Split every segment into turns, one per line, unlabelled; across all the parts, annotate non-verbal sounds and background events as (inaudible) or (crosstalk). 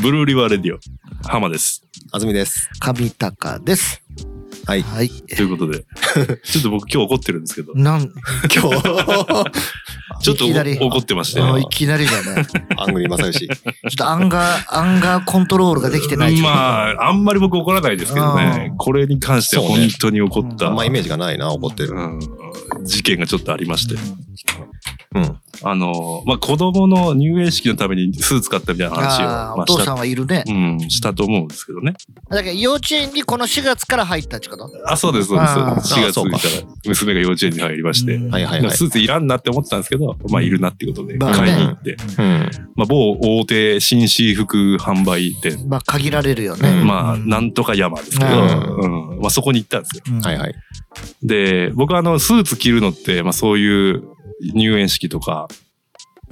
ブルーリバーレディオ、浜です。
あずみです。
上高です。
はい
はい。
ということ
(laughs)
で、ちょっと僕今日怒ってるんですけど、
なん、
今日、
ちょっと
いきなり
お怒ってまして、
あ
ま
のいきなりだね。 (laughs) ちょ
アングリー正義。
っとアンガー、アンガーコントロールができてない。
あ、あんまり僕怒らないですけどね
う、ん
これに関しては
そう
本
ね
当に怒っ
あ
た、
んまイメージがないな、怒ってる。
うん事件がちょっとありまして、
うん。
あの、まあ、子供の入園式のためにスーツ買ったみたいな話を、
あ
ま
ーお
あし
父さ
た
ん。はいるね
う。ん、したと思うんですけどね。
だけど幼稚園にこの4月から入ったってこと
あ、そうです、そうです。4
あー
月
そう
に
か
から娘が幼稚園に入りまして、
うん
はいはいはい。
スーツいらんなって思ってたんですけど、まあ、いるなってことで、
まあね
買いに行って、
うん。
まあ、某大手紳士服販売店、
まあ限られるよ
う
ね。
ん
まあ、なんとか山ですけど、
う
うんまあ、そこに行ったんですよ。
うん
はいはい。
で、僕はあの、スーツ着るのって、まあ、そういう入園式とか、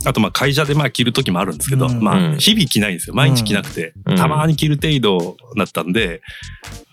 あと、まあ、会社でまあ、着る時もあるんですけど、
うん
ま
う
あ、
ん
日々着ないんですよ。毎日着なくて、
うん
たまに着る程度だったんで、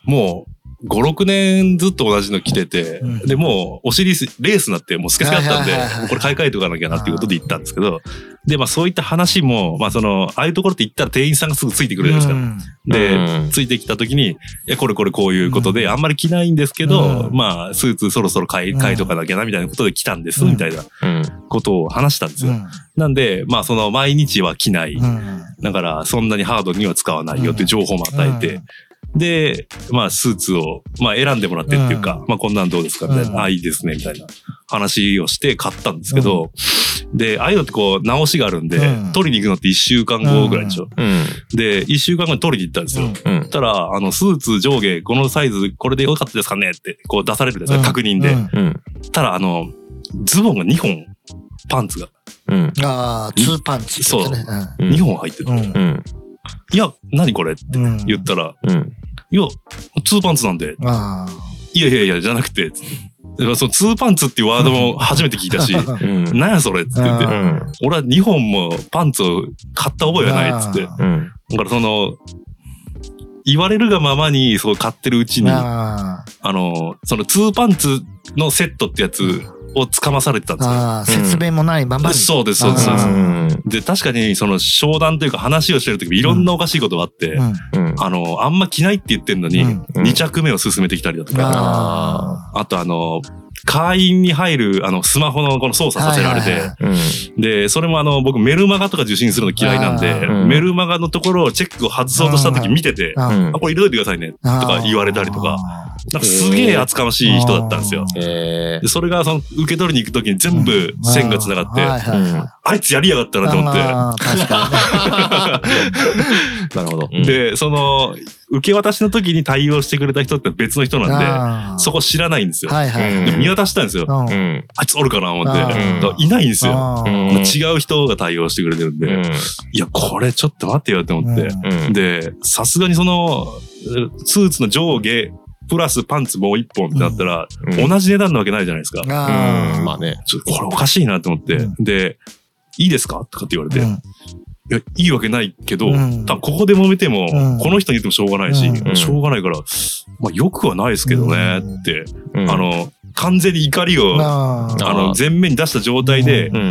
もう、5、6年ずっと同じの着てて、
うん
で、もう、お尻すレースになって、もうスケスケだったんで
はいはいはいはい、
これ買い替えとかなきゃなっていうことで行ったんですけど、で、まあ、そういった話も、まあ、その、ああいうところって行ったら店員さんがすぐついてくるじゃないですか。
うん
で、
うん
ついてきた時に、いや、これこれこういうことで、あんまり着ないんですけど、
うん
まあ、スーツそろそろ買い、
うん
買いとかなきゃな、みたいなことで来たんです、
うん
みたいな
うん。
ことを話したんです
う
よ。
ん
なんで、まあ、その、毎日は着ない。
うん
だから、そんなにハードには使わないよっていう情報も与えて、で、まあ、スーツを、まあ、選んでもらってっていうか、まあ、こんなんどうですかみたいな、
うん
ああ、いいですね、みたいな話をして買ったんですけど、で、ああいうのってこう、直しがあるんで、
うん
取りに行くのって1週間後ぐらいでしょ。
うん。
で、1週間後に取りに行ったんですよ。
うん
う
そ
ん
し。たら、あの、スーツ上下、このサイズ、これで良かったですかねって、こう出されるんですよ、
うん
確認で。
うん
うん。
たら、あの、ズボンが2本、パンツが、
うん。
ああ、ツーパンチってことね。
うん
2本入ってて、
うん
い
うん。
や、何これって
うんうん
言ったら、
うん。
いや、ツーパンツなんで、
あ
いやいやいや、じゃなくて、つってだからそのツーパンツっていうワードも初めて聞いた
(laughs)
し、
あ。
うん。うん。
なんやそれって言って
あ、
俺は2本もパンツを買った覚えがないっつって、だ
あ
うん。
からその、言われるがままに、そう買ってるうちに、
(laughs) あ
あの、そのツーパンツのセットってやつをつかまされてたん
あ
ですよ。
ああ、説明もないままに。
そうです、そうです、そう
あ
です
ー。
で、確かにその商談というか話をしてるときいろんなおかしいことがあって、
うん。
うん。
あの、あんま着ないって言ってんのに、
うん
2着目を進めてきたりだとか、
あ
あとあの、会員に入る、あの、スマホのこの操
あ。
作させられて、
はいはいはい
うん。
で、それもあの、僕メルマガとか受信するの嫌いなんで、
あー
メルマガのところをチェックを外そうとしたとき見てて、
あ
うん
あ、これ入れといてくださいね、とか言われたりとか、
あ
なんかすげえ厚かましい人だったんですよ。
え
でそれがその受け取りに行くときに全部
ー
線が繋がって、
あー
あ
はいはいはい
いつやりやがったなと思って。
あー確か
ーなるほど。
で、その、受け渡しの時に対応してくれた人って別の人 (laughs)
に
なんで、
あー
そこ知らないんですよ。
はいはい。
うん
で見渡したんですよ。
うん
うん。
あいつおるかな思って。
あ
だ
ー
からいないんですよ。
あ
う
ー
ん。
違う人が対応してくれてるん
う
で、
ん。
いや、これちょっと待ってよって思って。
うん。
で、さすがにその、スーツの上下、プラスパンツもう一本ってなったら、
うん。
同じ値段なわけないじゃないですか。
あー
まあね。
ちょこれおかしいなと思って。
う
で、いいですかとかって言われて、
うん
いや、いいわけないけど、
うん
多分ここで揉めても、
うん
この人に言ってもしょうがないし、
うん
しょうがないから、まあ、よくはないですけどね、
うん
って、
うん
あ、の、完全に怒りを、
あー
あの、前面に出した状態で
う
うん。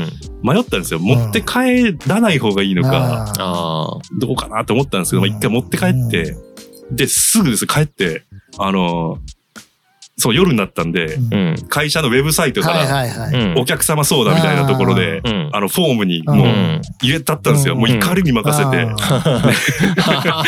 迷ったんですよ。持って帰らない方がいいのか、
あー
ああ。
どうかなと思ったんですけど、まあ、一回持って帰って、で、すぐです帰って、あの、そう、夜になったんで、
うん。
会社のウェブサイトか
はい
ら、
はいは
う
い。
ん。
お客様相談みたいなところで、
うん。
あの、フォームに
う。
もうん入れたったんですよ。
うん
もう怒りに任せて、
あー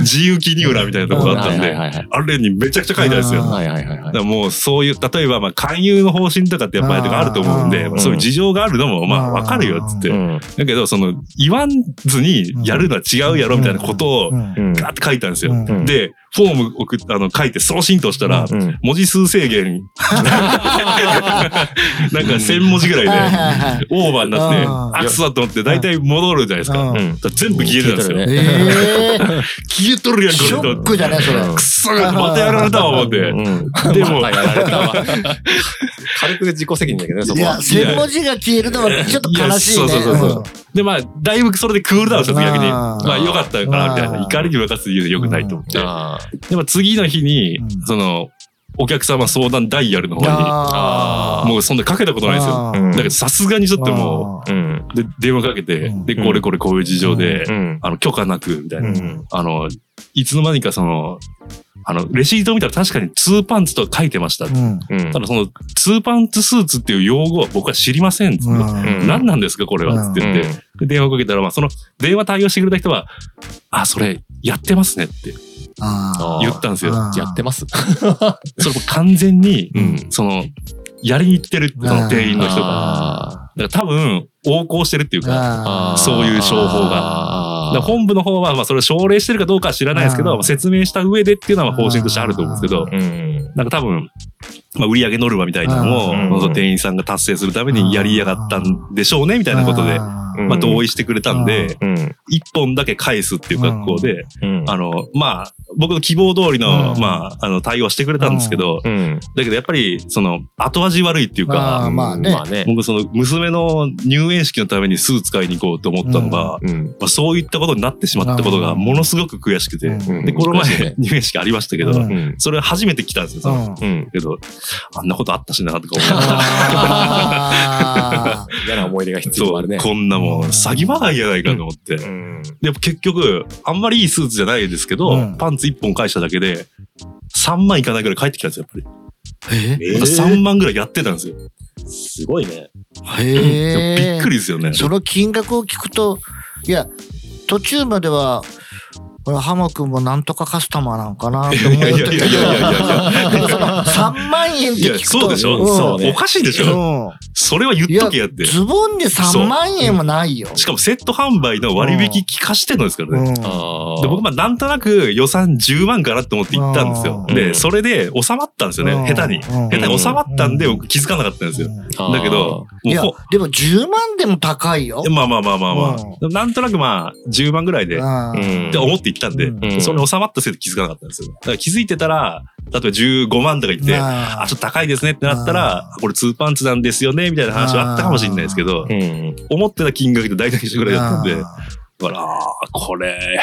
自由記入欄みたいなとこがあったんで、
はいはい
あれにめちゃくちゃ書いてあるんですよ。
あ
だか
はいはいはいはい。
らもうそういう、例えばまあ勧誘の方針とかってやっぱりとかあると思うんで、
うん
まあそういう事情があるのもまあわかるよっつって。
うん。
だけど、その言わんずにやるのは違うやろみたいなことを
うん
うん。
ガーって書いたんですよ。
うん
で、フォーム送っあの書いて送信としたら、
うん。
文字数制
(laughs)
限、なんか1000文字ぐらい
はい
で。
はいはい。
オーバーになって、
うん
あくそだと思って、大体戻るじゃないですか。
うん
だから全部消えてたんですよ。
消えてるね
ええ。
消えとるやん、これ
シ
と
ョ
思って
ックじゃないそれ。
うん
くっそまたやられたわ、思って。
うん
でも
まあやられたわ軽く自己責任だけどね、そ
い
こは
や、。千文字が消えるのはちょっと悲し
い
い
や
ね。
そうそうそうそうで、まあ、だいぶそれでクールダウンした時逆に、
あー
まあ、よかったかな、みたいな。
あー
怒りに任せて言うでよくないと思って。
あ
でも次の日に
う、ん
その、お客様相談ダイヤルの
うん
方に、
あー
もう僕そんなかけたことないんですよ。
あー
だけどさすがにちょっとも
あー
うん。
う、で、電話かけて、
うん
で、これこれこういう事情で、
うん。
あの、許可なく、みたいな。
うん
あの、いつの間にかその、あの、レシートを見たら確かにツーパンツと書いてました。
うん。
うん
ただその、ツーパンツスーツっていう用語は僕は知りません。つって
うん
うん
何なんですかこれは
うん
つって言って、で電話かけたら、まあ、その電話対応してくれた人は、あ、それやってますねって
あ
言ったんですよ。
あー
やってます。
それも完全に、
うん
その、やりに行ってる、その店員の人が。
あ
だから多分、横行してるっていうか、
ー
あ
あー。
そういう商法だ
が
から本部の方は、まあ、それを奨励してるかどうかは知らないですけ
あー
ど、まあ説明した上でっていうのは方針としてあると思うんですけど、
うん。
なんか多分、まあ、売り上げノルマみたいな
あー
の
うん
を、その店員さんが達成するためにやりやがったんでしょうね、みたいなことで、
うん
まあ、同意してくれたんで、
うん。
一本だけ返すっていう格好で、
うん。
あの、まあ、僕の希望通りの、
うん
まあ、あの、対応してくれたんですけど、
うん。
だけどやっぱり、その、後味悪いっていう
あー
か、
まあね
まあね。
僕その、娘の入園式のためにスーツ買いに行こうと思ったのが、
うん。
まあ、そういったことになってしまったこと
う
が、
ん
ものすごく悔しくて、
うん
で、この
難しい
前
ね、
入園式ありましたけど、
うん
うん。
それ初めて来たんですよ、その。
うん
うん。
けど、あんなことあったしな、とか思いなが
(laughs)
ら (laughs)
あー
嫌な思い出が必要
そ
ある
う、
ね。
こんなもん、詐欺まがいやないかと思って。
うん。
でも結局、あんまりいいスーツじゃないですけど、
うん
パンツ1本返しただけで、3万いかないぐらい返ってきたんですよ、やっぱ
え
り。また3万ぐらいやってたんですよ。
すごいね。
でも
へえ。
びっくりですよね。
その金額を聞くと、いや、途中までは、これ、ハモ君もなんとかカスタマーなんかなと思って
いやいやいや
(laughs)
いやいやいやいや。
3万円っ
い
て
や、
聞くと。
そうでしょ、
ん
そう
ね
おかしいでしょ、
うん
それは言っとけやって。
ズボンで3万円もないよ。
しかもセット販売の割引聞かしてるんですからね。
うん
ああ。
で僕、まあ、なんとなく予算10万かなと思って行ったんですよ。
うん
で、それで収まったんですよ
うん
ね。下手に。
う
下
ん
手に収まったんで、
うん
僕気づかなかったんですよ。
あー
だけど、、
い
もう
や
ほ、
でも10万でも高いよ。
まあまあまあまあまあ。
う
なんとなくまあ、10万ぐらいで、っ
うん
うん
て思って行ったんで、
うん
うん
それに収まったせいで気づかなかったんですよ。だから気づいてたら、例えば15万とか言って、
ま
あ、ちょっと高いですねってなったら、これツーパンツなんですよね、みたいな話はあったかもしれないですけど
う、ん。
思ってた金額と大体一緒ぐらいだったんで、だ
あ
から、あーこれ、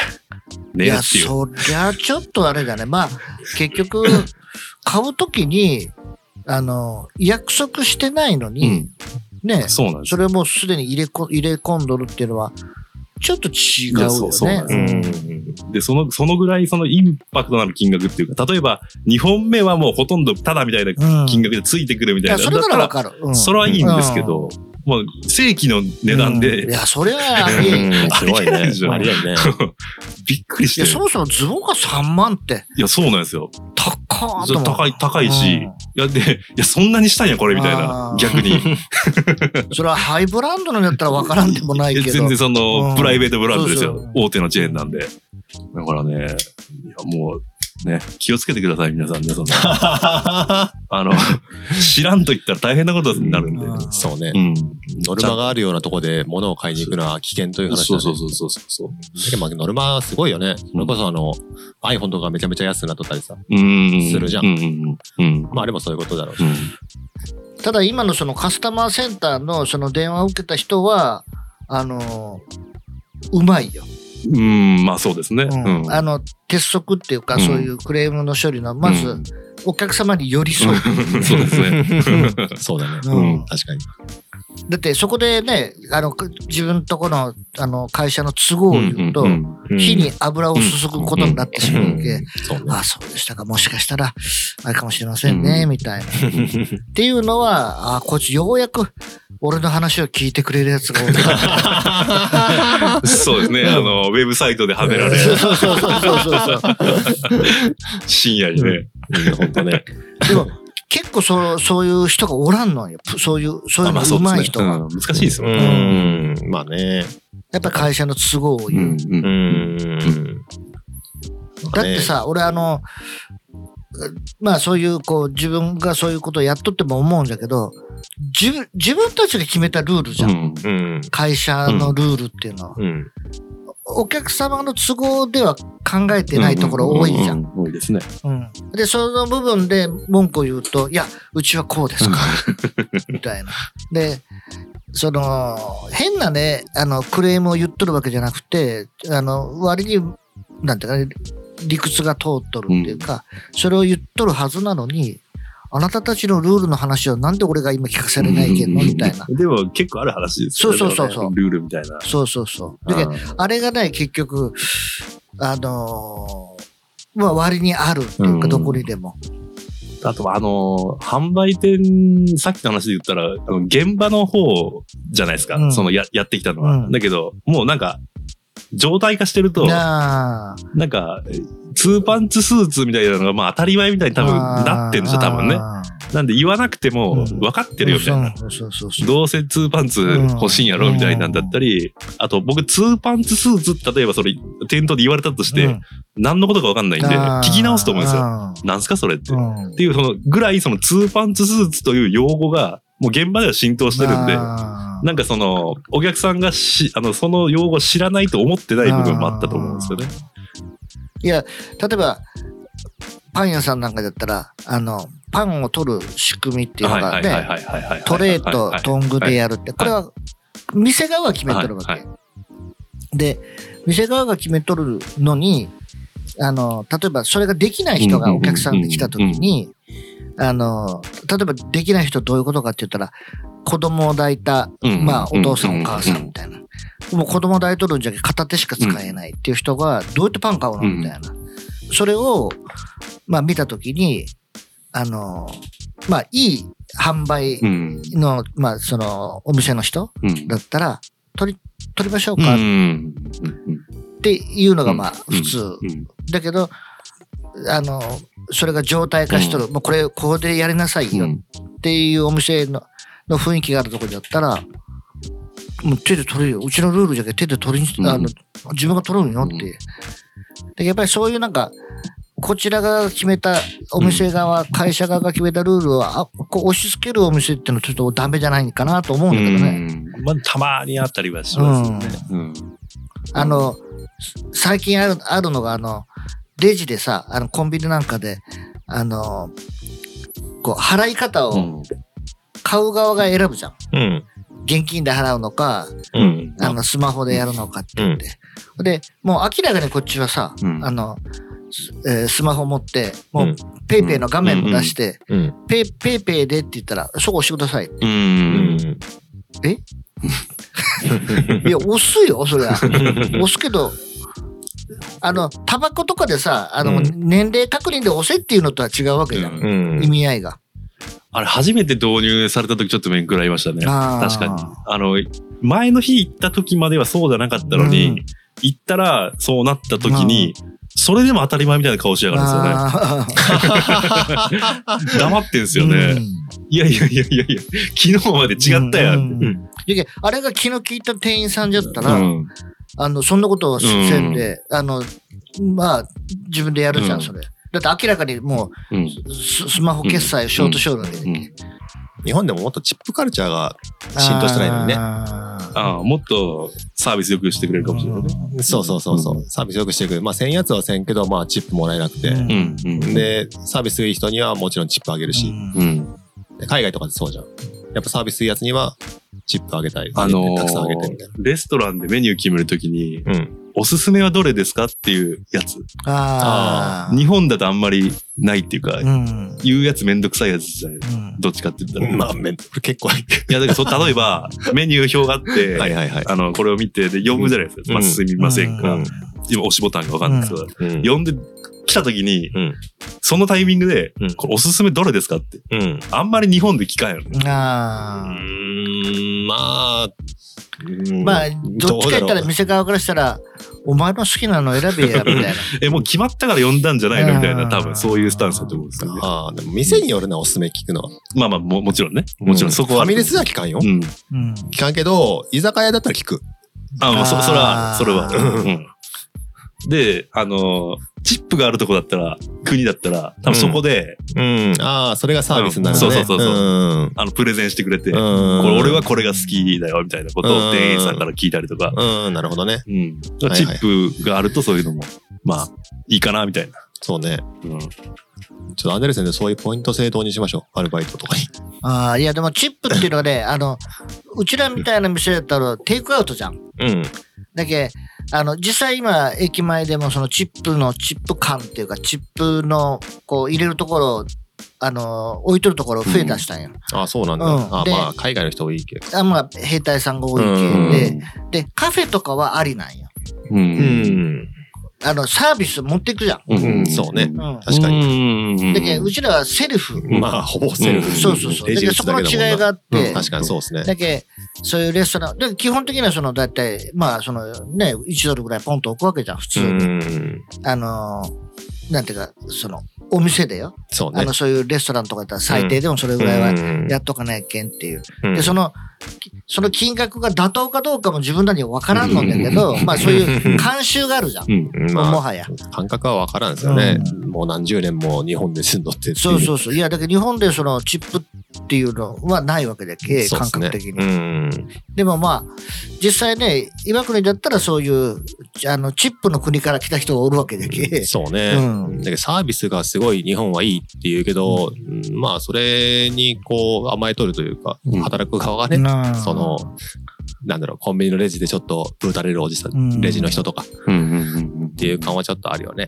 ー
ね
い
え
や、
っていう。
そりゃちょっとあれだね。まあ、結局、買うときに、あの、約束してないの
う
に、
ん、
ね、
そうなんです
そ
よ。
れをもうすでに入れこ入れ込んどるっていうのは、ちょっと違う
いやそうそうなん
よ
う
で
ね。
ん。
で、その、そのぐらいそのインパクトのある金額っていうか、例えば2本目はもうほとんどタダみたいな
うん
金額でついてくるみ
い
たい
や、
な。
それ
だ
な
った
ら
ら、
わかる。うん
それはいいんですけど、まあ、正規の値段で、
うんいや、それはありえん。い
すごい
ありえない
ね
でし。ょ
ありえないね。
(laughs) びっくりして
や、、そもそもズボンが3万って、
いや、そうなんですよ。
高ー
そ
と
れ
思う
高い、高いし、
うん
いや、で、いや、そんなにしたんや、これ、みたい
あー
な、逆に。
(laughs) それはハイブランドのやったらわからんでもないけど。
全然その、
うん
プライベートブランドですよ
そうそう
大手のチェーンなんで。だからね、いやもう、ね、気をつけてください、皆さんね、
(laughs)
その、あの、知らんと言ったら大変なことになるんで。
うん
そうね
う。ん。
ノルマがあるようなとこで物を買いに行くのは危険という話だ
そう
ね
そうそうそうそう。
でもノルマすごいよね。それこそあの、iPhone とかめちゃめちゃ安くなっとったりさ。
うん。
するじゃん
うん。うん。うん。
まああれもそういうことだろう。
うん
ただ今のそのカスタマーセンターのその電話を受けた人は、あのー、うまいよ。
うん、まあそうですね。う
うん
ん。
あの、鉄則っていうか、
うん
そういうクレームの処理の、ま
う
ず
ん、
お客様に寄り添う。
そうですね。
そうだね。
ん
うん
確かに。
だってそこでね、あの、く自分とこの、あの、会社の都合を言うと
ん、んん
火に油を注ぐことになってしまうわ
う
け
ん。そうね
ああ、そうでしたか。もしかしたら、あれかもしれませんね、
うん
みたいな。っていうのは、ああ、こいつようやく、俺の話を聞いてくれるやつが
(laughs)
多い。
そうですね。あの、ウェブサイトではめられ、
そうそうそうそうそうそう。
深夜にね。
うん。本当ね。
でも、結構そう、そういう人がおらんのよ。ぷそういう、そういうの
あそう
上手い
です
人
ね。う
が。
ん難しいですよ
う
ね。
ん。まあね。
やっぱ会社の都合を
う
言う。
ん。う
うんん。
だってさ、俺あの、まあそういう、こう、自分がそういうことをやっとっても思うんだけど、自分、自分たちが決めたルールじゃん。
うん
うん。
会社のルールっていうのは。
うん。
お客様の都合では考えてないところ多いじゃん。。
多いですね。
うんで、その部分で文句を言うと、いや、うちはこうですから、みたいな。で、その、変なね、あの、クレームを言っとるわけじゃなくて、あの、割に、なんていうかね、理屈が通っとるっていうか、それを言っとるはずなのに、あなたたちのルールの話をなんで俺が今聞かされないけんのみたいな。
でも結構ある話ですよね。
そうそうそうそう
でもねルールみたいな。
そうそうそう。だけど
うん
あれがね、結局、あのーまあ割にあるっていう
う
か、
ん
どこにでも。
あとは、あのー、販売店、さっきの話で言ったら、あの現場の方じゃないですか。
うん
そのや、やってきたのは。
うん
だけど、もうなんか、状態化してると、
なあ、
なんか、ツーパンツスーツみたいなのが、まあ当たり前みたいに多分なってんでしょ、多分ね。
あー
なんで言わなくても
うん
分かってるよみたいな。
そうそうそうそう。
どうせツーパンツ欲しいんやろみたいなんだったり、あと僕ツーパンツスーツ、例えばそれ店頭で言われたとして、
うん
何のことか分かんないんで、聞き直すと思うんですよ。。なんすかそれって。
う
っ
んうん
ていうそのぐらいそのツーパンツスーツという用語がもう現場では浸透してるんで、
あー
なんかそのお客さんがしあのその用語を知らないと思ってない部分もあったと思うんですよね。
いや、例えば、パン屋さんなんかだったら、あの、パンを取る仕組みっていうのがね、
いはいはい
トレーとトングでやるって、これは店側が決めとるわ
はい
け。で、店側が決めとるのに、あの、例えばそれができない人がお客さんで来た時に、あの、例えばできない人どういうことかって言ったら、子供を抱いた、
うん
まあお父さんお母さ
うん
んみたいな。もう子供抱いとるんじゃけ片手しか使えないっていう人が、どうやってパン買うのみたいな。それを、まあ見た時に、あの、まあいい販売
うん
の、まあそのお店の人
うん
だったら、取り、取りましょう
う
かっ
んうん
っていうのがまあ
うん
普通。
うん
だけど、あの、それが状態化しとる。もうこれ、ここでやりなさいよ
うん
っていうお店のの雰囲気があるところだったら、もう手で取るよ。うちのルールじゃけ手で取りに、
うん
あの、自分が取るんよっていう。で、やっぱりそういうなんか、こちらが決めた、お店側、会社側が決めたルールをあこう押し付けるお店っていうのはちょっとダメじゃないかなと思うんだけどね。
うんまあ、たまにあったりはしますよね。うん
あの、最近あるあるのが、あの、レジでさ、あの、コンビニなんかで、あの、こう、払い方を買う側が選ぶじゃん。
うん
現金で払うのか、
うん
あの、スマホでやるのかって言って。で、もう明らかにこっちはさ、
うん
あの、すえースマホ持って、も
う
うんペイペイの画面も出して、
うん。
ペイペイペイでって言ったら、そこ押してください。
うん
いや、押すよ、そ
(laughs)
りゃ。押すけど、あの、タバコとかでさ、あの、
うん
年齢確認で押せっていうのとは違うわけじゃん。
うん
意味合いが。
あれ初めて導入された時ちょっと面食らいましたね。
あー
確かに。あの前の日行った時まではそうじゃなかったのに、
うん
行ったらそうなった時に、それでも当たり前みたいな顔しやがるんですよね。
あ
黙ってんす
ー
よね。
うん
いやいやいやいやいや、昨日まで違ったやんって。
うんいやあれが気の利いた店員さんじゃった
う
ら、
ん
あのそんなことはせんで、あのまあ自分でやるじゃん、
うん
それ。だって明らかにも
うん
うススマホ決済をショートショート
う
で、
ん
日本でももっとチップカルチャーが浸透してないのにね。
ね。
ああもっとサービスよくしてくれるかもしれないね。
そうそうそうそうう。サービスよくしていく。まあ、1000やつは1000けど、まあ、チップもらえなくて。
うん
うん
で、サービスいい人にはもちろんチップあげるし、
うん
うん、
で海外とかでそうじゃん。やっぱサービスいいやつにはチップあげたい。
あのー
たくさんあげてみたい
レストランでメニュー決めるときに、
な。うん。
おすすめはどれですかっていうやつ。
ああ。
日本だとあんまりないっていうか、
うん
言うやつめんどくさいやつじゃないどっちかって言ったら。
まあ、めんこれ結構い
いや、だからそ、例え
(laughs)
ば、メニュー表があって、
い。はいはいはい。
あの、これを見て、で、呼ぶじゃないですか。
うん
まあ、すみませんか。
うん
今、押しボタンがわかんないですけど、
うん
呼んで来た時に、
うん
そのタイミングで、
うん
これおすすめどれですかって、
うん。
あんまり日本で聞かんよね。
う
ああ。
ーん、まあ、うん
まあ、どっちか言ったら店側からしたら、お前の好きなの選べや、みたいな。
え、もう決まったから呼んだんじゃないのみたいな、多分そういうスタンスだと思うんですよね。
ああ、でも店によるな、おすすめ聞くのは。
まあまあも、もちろんね。もちろんそこは。
ファミレスでは聞かんよ。
うん。
うん。
聞かんけど、居酒屋だったら聞く。
あ、まあ、そ、それはあ
あー
る、それ
(laughs)
はある。うん。で、あのー、チップがあるとこだったら、国だったら、多分そこで、
うん。ああ、それがサービスになるね。
うんそうそうそうそう
うん。
あの、プレゼンしてくれて、こ
こ
れ俺はこれが好きだよ、みたいなことを店員さんから聞いたりとか、
うん、なるほどね。
うん。
はいはい
チップがあるとそういうのも、まあ、いいかな、みたいな。
そうね。
うん。
ちょっとアンデルセンでそういうポイント制度にしましょう。アルバイトとかに。
ああ、いや、でもチップっていうのはね、あの、うちらみたいな店だったら、テイクアウトじゃん。
うん。
だけあの実際今駅前でもそのチップのチップ感っていうかチップのこう入れるところあの、置いとるところ増えだしたんよ。
あそうなんだ。
うん
あ
で
まあ、海外の人多いけど。
あまあ、兵隊さんが多い
うん
系で、で、カフェとかはありなんよ。
う。
うんん。
あの、サービス持ってくじゃん。
うんそうね
うん。
確かに。
に
だけど、うちらはセルフ。
まあ、ほぼセルフ。
そうそうそう。
レ
だ
ジ
けど、
打
そ
つ
こ
だ
の
けだもんな
違いがあっ
う
て
ん、確かにそうですね。
だけどそういうレストラン、だけど基本的にはその、だいたい、まあ、そのね、1ドルぐらいポンと置くわけじゃん、普
う
通に。
ん。
あのー、なんていうか、その、お店でよ。
そう
あ
ね
の、。そういうレストランとかだったら最低でもそれぐらいは
うん
やっとかないけんっていう。
うん
で、その、きその金額が妥当かどうかも自分なりにわからんのんだけど、まあそういう慣習があるじゃん。
うん。
うん (laughs) まあ
もはや。
感覚は分からんですよね、もう何十年も日本で住んどってってい
そうそうそう。いや、だけど日本でそのチップっていうのはないわけだけ、
そうっ
感
すね
覚的に。
うん
でもまあ、実際ね、岩国だったらそういう、あの、チップの国から来た人がおるわけだけ。
そうね、
うん
だけどサービスがすごい日本はいいっていうけど、うんまあそれにこう甘えとるというか、
うん
働く側がね、
なあ
そのなんだろうコンビニのレジでちょっとぶーたれるおじさん、
うん
レジの人とかっ
うん。って
いう感はちょっとあるよね、